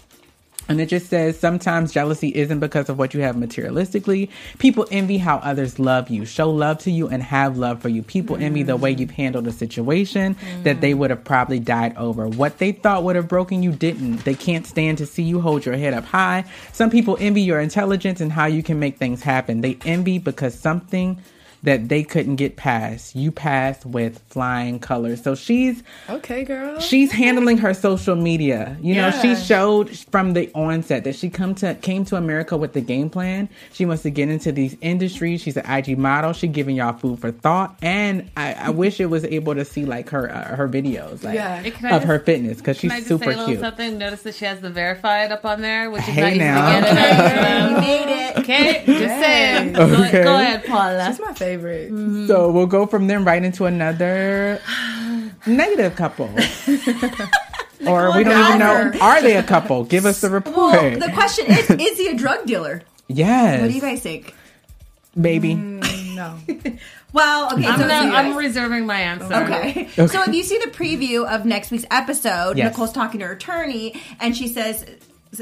And it just says sometimes jealousy isn't because of what you have materialistically. People envy how others love you, show love to you, and have love for you. People envy the way you've handled a situation that they would have probably died over. What they thought would have broken you didn't. They can't stand to see you hold your head up high. Some people envy your intelligence and how you can make things happen. They envy because something that they couldn't get past, you passed with flying colors. So she's
Okay, girl.
she's handling her social media. You know, she
Yeah.
showed from the onset that she come to came to America with the game plan. She wants to get into these industries. She's an IG model. She giving y'all food for thought. And I, I wish it was able to see like her uh, her videos, like
Yeah.
Hey, can I
of her
just-
fitness, because
Can
she's
I just say
super
a little
cute.
something? Notice that she has the verified up on there, which is
Hey,
not easy
now.
to get.
You
in.
made it.
okay, just saying.
Okay.
Go, go ahead, Paula.
That's my favorite.
Mm.
So we'll go from them right into another negative couple. or we don't even know are they a couple? Give us the report.
Well, the question is: Is he a drug dealer?
yes.
What do you guys think?
baby.
Mm.
No.
Well, okay, so
I'm, not,
you
I'm
guys-
reserving my answer.
Okay. So if you see the preview of next week's episode,
Yes.
Nicole's talking to her attorney, and she says,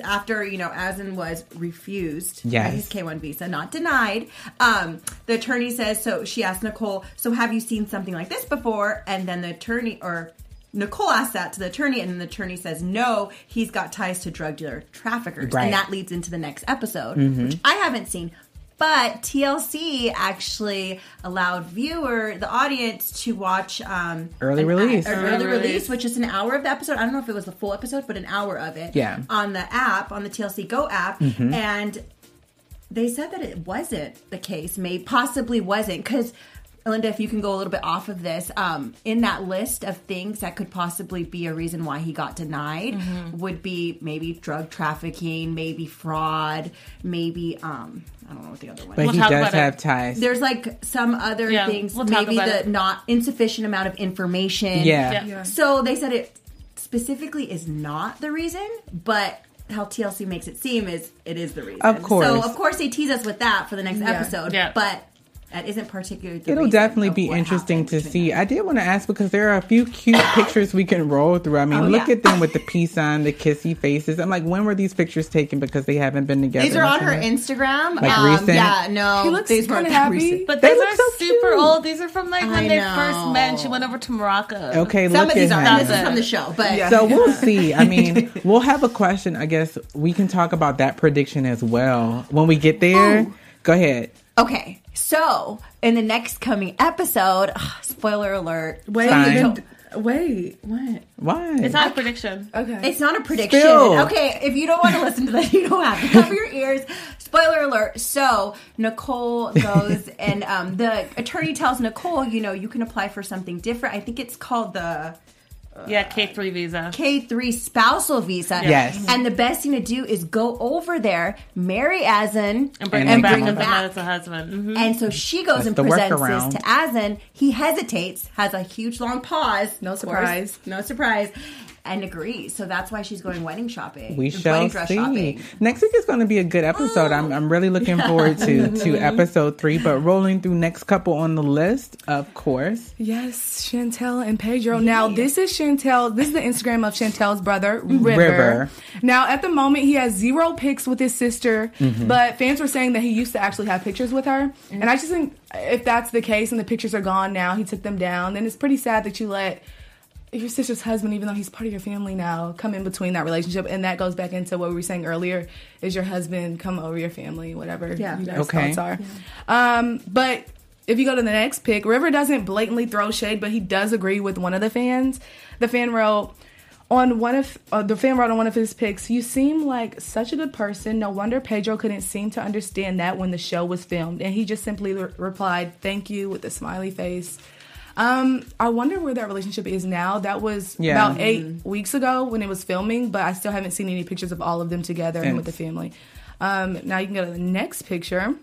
after you know, Asin was refused
Yes.
at his K one visa, not denied. Um, the attorney says, so she asked Nicole, so have you seen something like this before? And then the attorney or Nicole asks that to the attorney, and then the attorney says, "No, he's got ties to drug dealer traffickers,"
Right. Mm-hmm.
and that leads into the next episode, which I haven't seen. But TLC actually allowed viewer the audience to watch um,
Early
an-
release.
an
Early
early
release.
release, which is an hour of the episode. I don't know if it was the full episode, but an hour of it.
Yeah. Mm-hmm.
On the app, on the TLC Go app, and they said that it wasn't the case, may possibly wasn't, because Linda, if you can go a little bit off of this, um, in that list of things that could possibly be a reason why he got denied
Mm-hmm.
would be maybe drug trafficking, maybe fraud, maybe um, I don't know what the other one.
But
is.
We'll
he
talk
does
about
have
it.
ties.
There's like some other
Yeah,
things,
we'll talk
maybe
about
the
it.
not insufficient amount of information.
Yeah.
Yeah.
So they said it specifically is not the reason, but how TLC makes it seem is it is the reason.
Of course.
So of course they tease us with that for the next episode,
Yeah.
but that isn't particularly. The
It'll
reason
definitely
of
be
what
interesting
happened
to
between
see.
them.
I did want to ask because there are a few cute pictures we can roll through. I mean,
Oh,
look
yeah.
at them with the peace sign, the kissy faces. I'm like, when were these pictures taken? Because they haven't been together.
These are on
much
her
longer.
Instagram.
Like
um,
recent?
Yeah, no,
He looks
these
kind
weren't
of
that
happy.
recent.
But
They
these
look
are
so
super
cute.
old. These are from like when
I
they
know.
first met. She went over to Morocco.
Okay,
Some
look
of these
at
are.
him.
not This is
him.
from the show, but
So we'll see. I mean, we'll have a question. I guess we can talk about that prediction as well when we get there.
Oh.
Go ahead.
okay. So in the next coming episode, spoiler alert.
Wait,
Fine.
wait, what?
Why?
It's not a prediction.
Okay.
It's not a prediction.
Still.
Okay, if you don't want to listen to that, you don't have to cover your ears. Spoiler alert. So Nicole goes and um, the attorney tells Nicole, you know, you can apply for something different. I think it's called the
Yeah, K three visa.
K three spousal visa.
Yes.
And the best thing to do is go over there, marry Asin,
and bring
And
him
bring
back
him
up and
back.
as a husband. Mhm.
And so she goes
Mm-hmm. That's
and
the
presents
workaround.
this to Asin. He hesitates, has a huge long pause.
No
of
surprise.
course, no surprise. And agrees. So that's why she's going wedding shopping.
we
wedding
shall
dress
see.
shopping.
Next week is going to be a good episode. I'm, I'm really looking forward to to episode three. But rolling through next couple on the list, of course.
Yes, Chantel and Pedro. Now, this is Chantel. This is the Instagram of Chantel's brother, River.
Mm-hmm. River.
Now, at the moment, he has zero pics with his sister,
Mm-hmm.
but fans were saying that he used to actually have pictures with her. And I just think if that's the case and the pictures are gone now, he took them down, then it's pretty sad that you let your sister's husband, even though he's part of your family now, come in between that relationship. And that goes back into what we were saying earlier is your husband come over your family, whatever
Yeah.
you guys'
Okay.
thoughts are. Um, but if you go to the next pick, River doesn't blatantly throw shade, but he does agree with one of the fans. The fan wrote on one of uh, the fan wrote on one of his picks, "You seem like such a good person. No wonder Pedro couldn't seem to understand that when the show was filmed." And he just simply re- replied, "Thank you" with a smiley face. Um, I wonder where that relationship is now. That was
Yeah.
about 8 weeks ago when it was filming, but I still haven't seen any pictures of all of them together and with the
Thanks.
family. Um, now you can go to the next picture.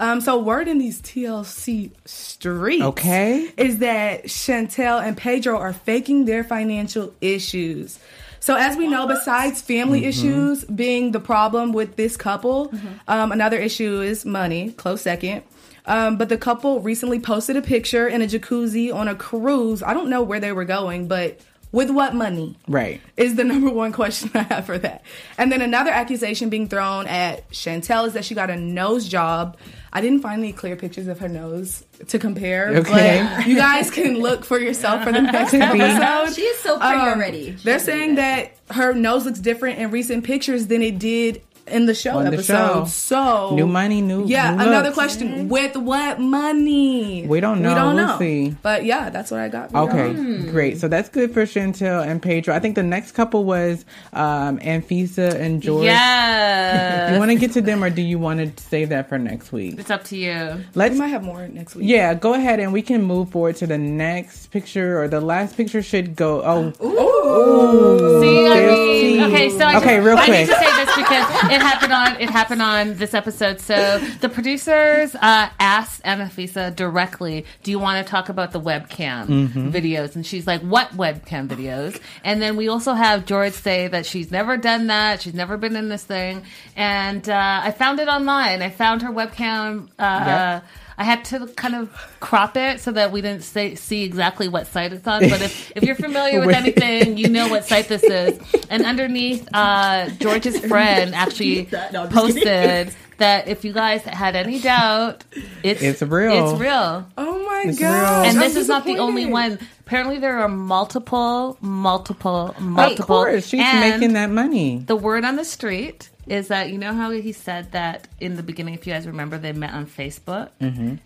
Um, so word in these TLC streets,
Okay.
is that Chantel and Pedro are faking their financial issues. So as we know, besides family issues being the problem with this couple, um, another issue is money, close second. Um, but the couple recently posted a picture in a jacuzzi on a cruise. I don't know where they were going, but with what money?
Right.
is the number one question I have for that. And then another accusation being thrown at Chantel is that she got a nose job. I didn't find any clear pictures of her nose to compare,
Okay.
but you guys can look for yourself for the next episode.
She is so pretty
Um,
already.
They're saying that her nose looks different in recent pictures than it did in the show
On the
episode.
show.
So
New money, new-
yeah.
new
another
looks. Mm-hmm.
question: With what money?
We don't know.
We don't
We'll
know.
see.
But yeah, that's what I got.
Okay,
Mm.
great. So that's good for Chantel and Pedro. I think the next couple was um, Anfisa and George. Do you
Yes.
want to get to them, or do you want to save that for next week?
it's up to you.
We
Let's
might have more next week.
Yeah, go ahead and we can move forward to the next picture or the last picture should go. Oh,
See, I
Filthy.
mean, okay, so I
Okay,
just,
real
I need
quick.
to say this because it happened on it happened on this episode. So the producers uh, asked Anafisa directly, "Do you want to talk about the webcam
Mm-hmm.
videos?" And she's like, "What webcam videos?" And then we also have George say that she's never done that, she's never been in this thing. And uh, I found it online. I found her webcam. Uh,
Yep.
I had to kind of crop it so that we didn't say, see exactly what site it's on. But if, if you're familiar with
Wait.
anything, you know what site this is. And underneath, uh, George's friend actually
No, I'm just
posted that if you guys had any doubt, it's,
It's real.
It's real.
Oh my
It's
god!
real.
and
I'm
this is not the only
disappointed.
one. Apparently, there are multiple, multiple,
of
multiple.
course, she's
And
making that money.
the word on the street is that you know how he said that in the beginning if you guys remember they met on facebook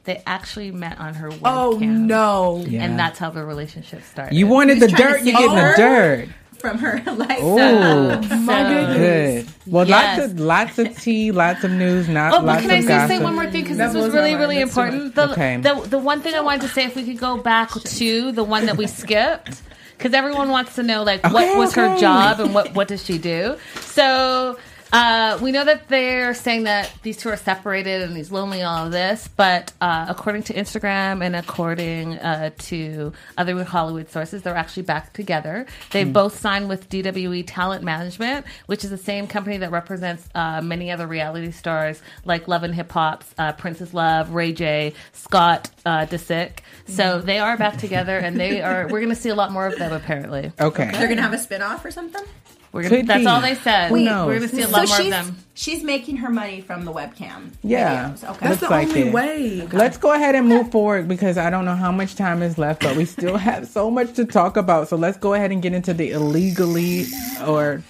they actually met on her webcam
Oh no!
Mm-hmm. Yeah.
and that's how the relationship started
You wanted the
trying
dirt,
to
you're
save
getting the
her?
dirt.
from her. like,
Oh,
My goodness.
good. Well,
Yes.
lots of lots of tea, lots of news, not
Oh, but
lots
can I
of
say,
gossip.
say one more thing? Because this
That
was
blows my
really,
mind.
really
That's too much.
important. The,
Okay.
the, the one thing I wanted to say, if we could go back to the one that we skipped, because everyone wants to know, like,
Okay,
what was her
okay.
job and what, what does she do? So uh, we know that they're saying that these two are separated and he's lonely and all of this, but uh, according to Instagram and according uh, to other Hollywood sources, they're actually back together.
Hmm.
They both signed with DWE Talent Management, which is the same company that represents uh, many other reality stars like Love and Hip Hop's uh, Princess Love, Ray J, Scott uh, Disick. So
Hmm.
they are back together, and they are. We're going to see a lot more of them. Apparently,
Okay.
They're gonna have a spinoff or something.
we're gonna,
Could
that's
be.
all they said.
Who knows?
we're going to see a lot more
she's
of them.
she's making her money from the webcam.
Yeah.
videos. Okay.
That's
Looks
the
like
only
it.
way.
Let's go ahead and move forward because I don't know how much time is left, but we still have so much to talk about. So let's go ahead and get into the illegally or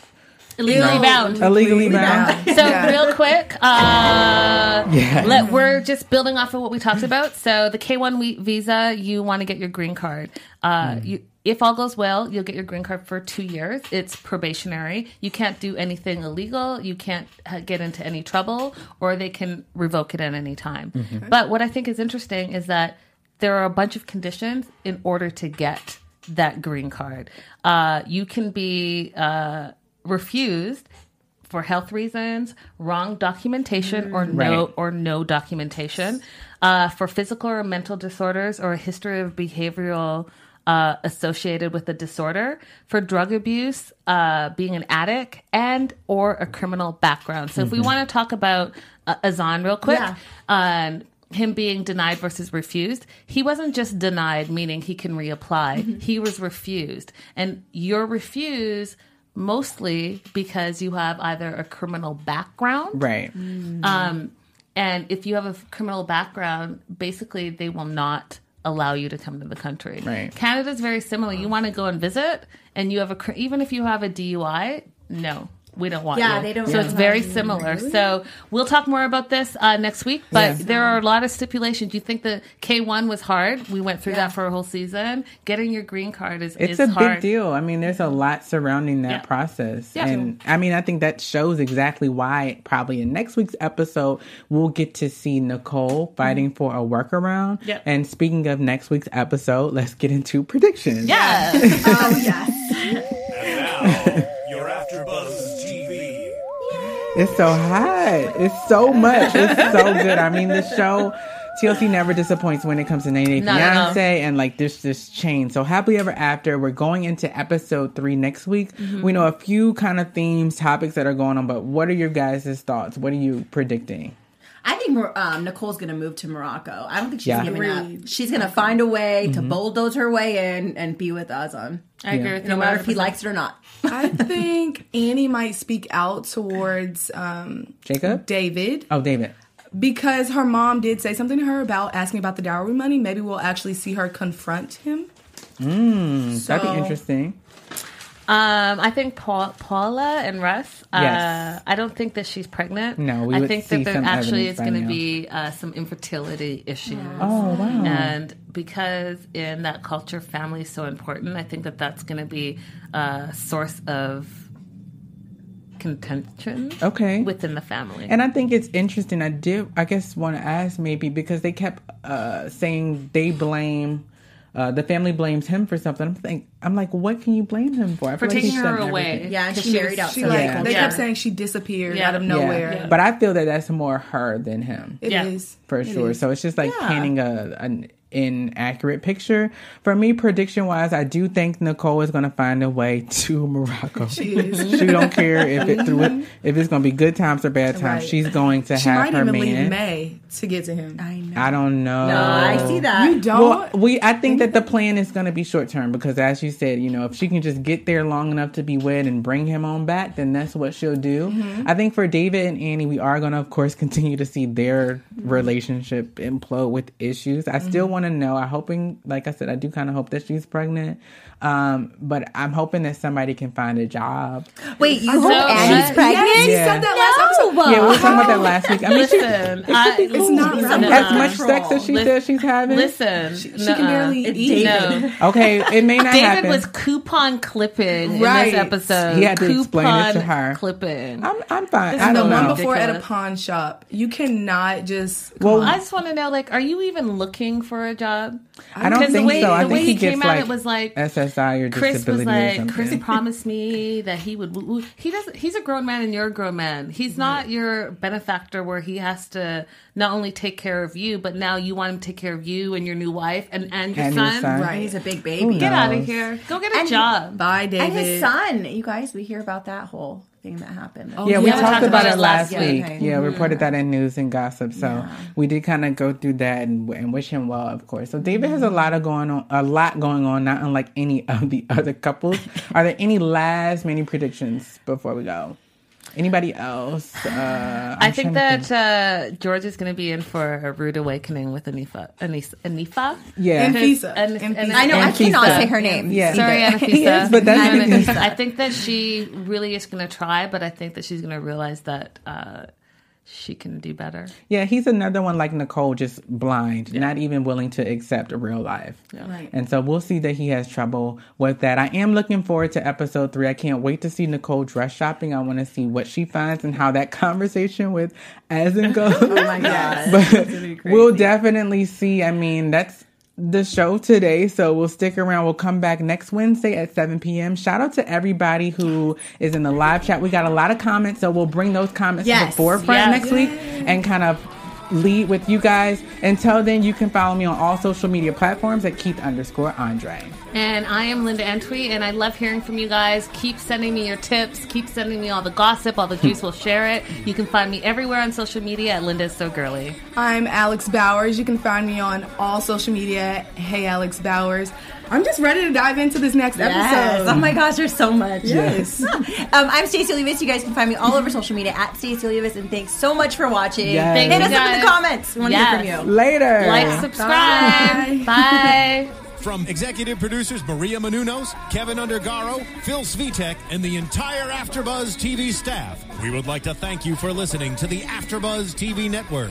Illegally bound.
illegally bound.
So real quick, uh,
Yeah.
let, we're just building off of what we talked about. So the K one visa, you want to get your green card. Uh, you, if all goes well, you'll get your green card for two years. It's probationary. You can't do anything illegal. You can't ha- get into any trouble, or they can revoke it at any time. But what I think is interesting is that there are a bunch of conditions in order to get that green card. Uh, you can be uh, refused for health reasons, wrong documentation, or no
Right.
or no documentation, uh, for physical or mental disorders, or a history of behavioral uh, associated with the disorder, for drug abuse, uh, being an addict, and or a criminal background. So, if we want to talk about uh, Azan real quick,
Yeah.
on him being denied versus refused. He wasn't just denied, meaning he can reapply. He was refused. And you're refused mostly because you have either a criminal background.
Right. Mm-hmm.
Um, and if you have a f- criminal background, basically they will not allow you to come to the country.
Right.
Canada's very similar. You want to go and visit, and you have a cr- even if you have a DUI, no. We don't want
Yeah,
you.
they don't
So it's
allow
very
you.
similar. So we'll talk more about this uh, next week. But
Yeah.
there are a lot of stipulations. You think the K one was hard? We went through that for a whole season. Getting your green card is
It's
is
a
hard.
big deal. I mean, there's a lot surrounding that
Yeah.
process.
Yeah.
And I mean, I think that shows exactly why probably in next week's episode, we'll get to see Nicole fighting for a workaround.
Yep.
And speaking of next week's episode, let's get into predictions.
Yeah.
oh yes.
Your AfterBuzz TV.
It's so hot. It's so much. It's so good. I mean, the show TLC never disappoints when it comes to 98
Not at all.
Fiance and like this this chain. So happily ever after. We're going into episode three next week.
Mm-hmm.
We know a few kind of themes, topics that are going on, but what are your guys' thoughts? What are you predicting?
I think Mor- um, Nicole's gonna move to Morocco. I don't think she's
Yeah. Mm-hmm.
giving up.
Agreed.
She's gonna find a way to bulldoze her way in and be with Azan,
I agree with you.
no matter if he
100%.
likes it or not.
I think Annie might speak out towards um,
Jacob?
David
oh, David.
because her mom did say something to her about asking about the dowry money. Maybe we'll actually see her confront him.
Mm, That'd
Oh.
So-
be interesting.
Um, I think Paul, Paula and Russ. Uh,
Yes.
I don't think that she's pregnant.
No, we
I
would
think
see
that there
some
actually
evidence
is
by
going to
now.
be uh, some infertility issues.
Oh, wow.
And because in that culture, family is so important, I think that that's going to be a source of contention
Okay.
within the family.
And I think it's interesting. I did, I guess, want to ask maybe because they kept uh, saying they blame. Uh, the family blames him for something. I'm think I'm like, what can you blame him for? I
for
feel like
taking
he's
her
done
away.
everything.
Yeah, and
'Cause
she
was-
married outside
She
Yeah.
like
Yeah.
they
Yeah.
kept saying she disappeared
Yeah.
out of
Yeah.
nowhere.
Yeah. But I feel that that's more her than him
It is.
Yeah.
for sure. So it's just like painting a an inaccurate picture. For me, prediction wise, I do think Nicole is going to find a way to Morocco. She
is.
don't care if it through it, if it's going to be good times or bad times.
Right.
She's going to
She
have
might
her
even
man.
leave May to get to him.
I know.
I don't know.
I see that.
Uh,
You don't.
Well, we I think that the plan is going to be short term because, as you said, you know, if she can just get there long enough to be wed and bring him on back, then that's what she'll do.
Mm-hmm.
I think for David and Annie, we are going to, of course, continue to see their
Mm-hmm.
relationship implode with issues. I still want to know. I hoping, like I said, I do kind of hope that she's pregnant, um, but I'm hoping that somebody can find a job.
Wait, you
hope
hope
Annie's
Annie's
what?
pregnant?
Yes, you
Yeah.
Oh.
said that last episode.
Yeah, we were talking about that last week. I mean, she-
Listen, I,
It's It's not
It's
right.
not
As
Nuh-uh.
much sex as she
Lis-
says she's having.
Listen, she,
can barely It's eat.
No.
Okay, it may not
David
happen.
was coupon clipping in
Right.
this episode.
He had to explain it to
Coupon
her.
Clipping.
I'm I'm fine.
I
I
the
don't
one
know.
before at a
Ridiculous.
pawn shop. You cannot just.
Well,
I just want to know, like, are you even looking for a job?
I don't
'Cause the
think
way-
so. I
the
think
way
he
he came
gets,
out,
like,
it was like
SSI or
Chris was
disability or
like,
something.
Chris promised me that he would. woo- woo." He doesn't. He's a grown man, and you're a grown man. He's not your benefactor, where he has to not only take care of you, but now you want him to take care of you and your new wife and and your
And your
son.
son.
Right. He's a big baby.
Get out of
knows?
here. Go get a
And-
job.
Bye, David.
And his son, you guys, we hear about that whole thing that happened.
yeah, we
yeah, we
talked about it
last Mm-hmm.
last week.
week. Okay.
Yeah, we reported that in news and gossip. So we did kind of go through that and, and wish him well, of course. So David has a
Mm-hmm.
lot of going on, a lot going on, not unlike any of the other couples. Are there any last minute predictions before we go? Anybody else? Uh,
I
I'm
think
trying to
that uh, George is going to be in for a rude awakening with Anifa. Anis- Anifa?
Yeah.
Anfisa.
An- an-
Anfisa.
I know. I
And she's
cannot
done.
say her name.
Yeah.
either.
uh, Sorry, Anafisa.
Yes, but that's-
I'm Anafisa. I think that she really is going to try, but I think that she's going to realize that uh, she can do better.
Yeah, he's another one like Nicole, just blind, not even willing to accept real life.
Right.
And so we'll see that he has trouble with that. I am looking forward to episode three. I can't wait to see Nicole dress shopping. I want to see what she finds and how that conversation with Ezen goes. oh my god! but we'll definitely see. I mean, that's the show today. So we'll stick around. We'll come back next Wednesday at 7 p.m. Shout out to everybody who is in the live chat. We got a lot of comments, so we'll bring those comments to the
Yes.
forefront
Yes.
next week and kind of lead with you guys. Until then, you can follow me on all social media platforms at Keith underscore Andre.
And I am Linda Entry, and I love hearing from you guys. Keep sending me your tips. Keep sending me all the gossip, all the juice. we'll share it. You can find me everywhere on social media at Linda Is So Girly.
I'm Alex Bowers. You can find me on all social media. Hey, Alex Bowers. I'm just ready to dive into this next
Yes. Oh
episode.
my gosh, there's so much.
Yes.
um, I'm Stacey Olivas. You guys can find me all over social media at Stacey Olivas. And thanks so much for watching.
Yes. Thank
Hit
you
us up in the
guys.
comments. We want to hear
Yes.
from you.
Later.
Like, subscribe. Bye.
From executive producers Maria Manunos, Kevin Undergaro, Phil Svitek, and the entire Afterbuzz TV staff, we would like to thank you for listening to the Afterbuzz TV Network.